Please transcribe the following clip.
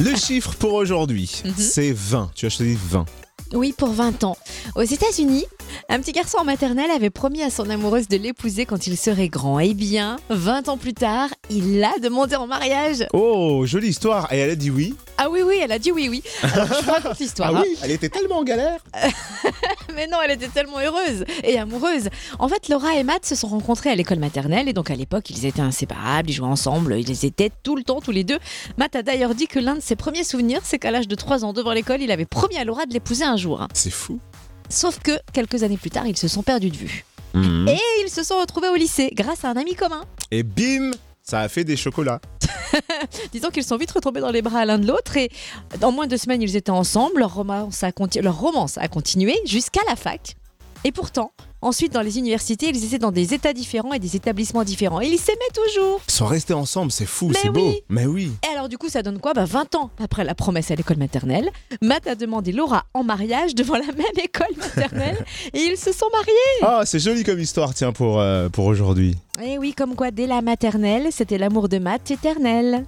Le chiffre pour aujourd'hui, Mhm. c'est 20. Tu as choisi 20. Oui, pour 20 ans. Aux États-Unis, un petit garçon en maternelle avait promis à son amoureuse de l'épouser quand il serait grand. Eh bien, 20 ans plus tard, il l'a demandé en mariage. Oh, jolie histoire. Et elle a dit oui. Ah Ah oui, oui, elle a dit oui, oui. Alors, je vous raconte l'histoire. hein. oui, elle était tellement en galère. Mais non, elle était tellement heureuse et amoureuse. En fait, Laura et Matt se sont rencontrés à l'école maternelle et donc à l'époque, ils étaient inséparables, ils jouaient ensemble, ils étaient tout le temps tous les deux. Matt a d'ailleurs dit que l'un de ses premiers souvenirs, c'est qu'à l'âge de 3 ans devant l'école, il avait promis à Laura de l'épouser un jour. hein. C'est fou. Sauf que quelques années plus tard, ils se sont perdus de vue. Et ils se sont retrouvés au lycée grâce à un ami commun. Et bim, ça a fait des chocolats. Disons qu'ils sont vite retombés dans les bras l'un de l'autre et en moins de deux semaines, ils étaient ensemble. Leur romance a, conti- leur romance a continué jusqu'à la fac. Et pourtant, ensuite, dans les universités, ils étaient dans des états différents et des établissements différents. Et ils s'aimaient toujours. Ils sont restés ensemble, c'est fou, Mais c'est beau. oui. Mais oui. Et alors, du coup, ça donne quoi bah, 20 ans après la promesse à l'école maternelle, Matt a demandé Laura en mariage devant la même école maternelle et ils se sont mariés. Ah, c'est joli comme histoire, tiens, pour, euh, pour aujourd'hui. Et oui, comme quoi, dès la maternelle, c'était l'amour de Matt éternel.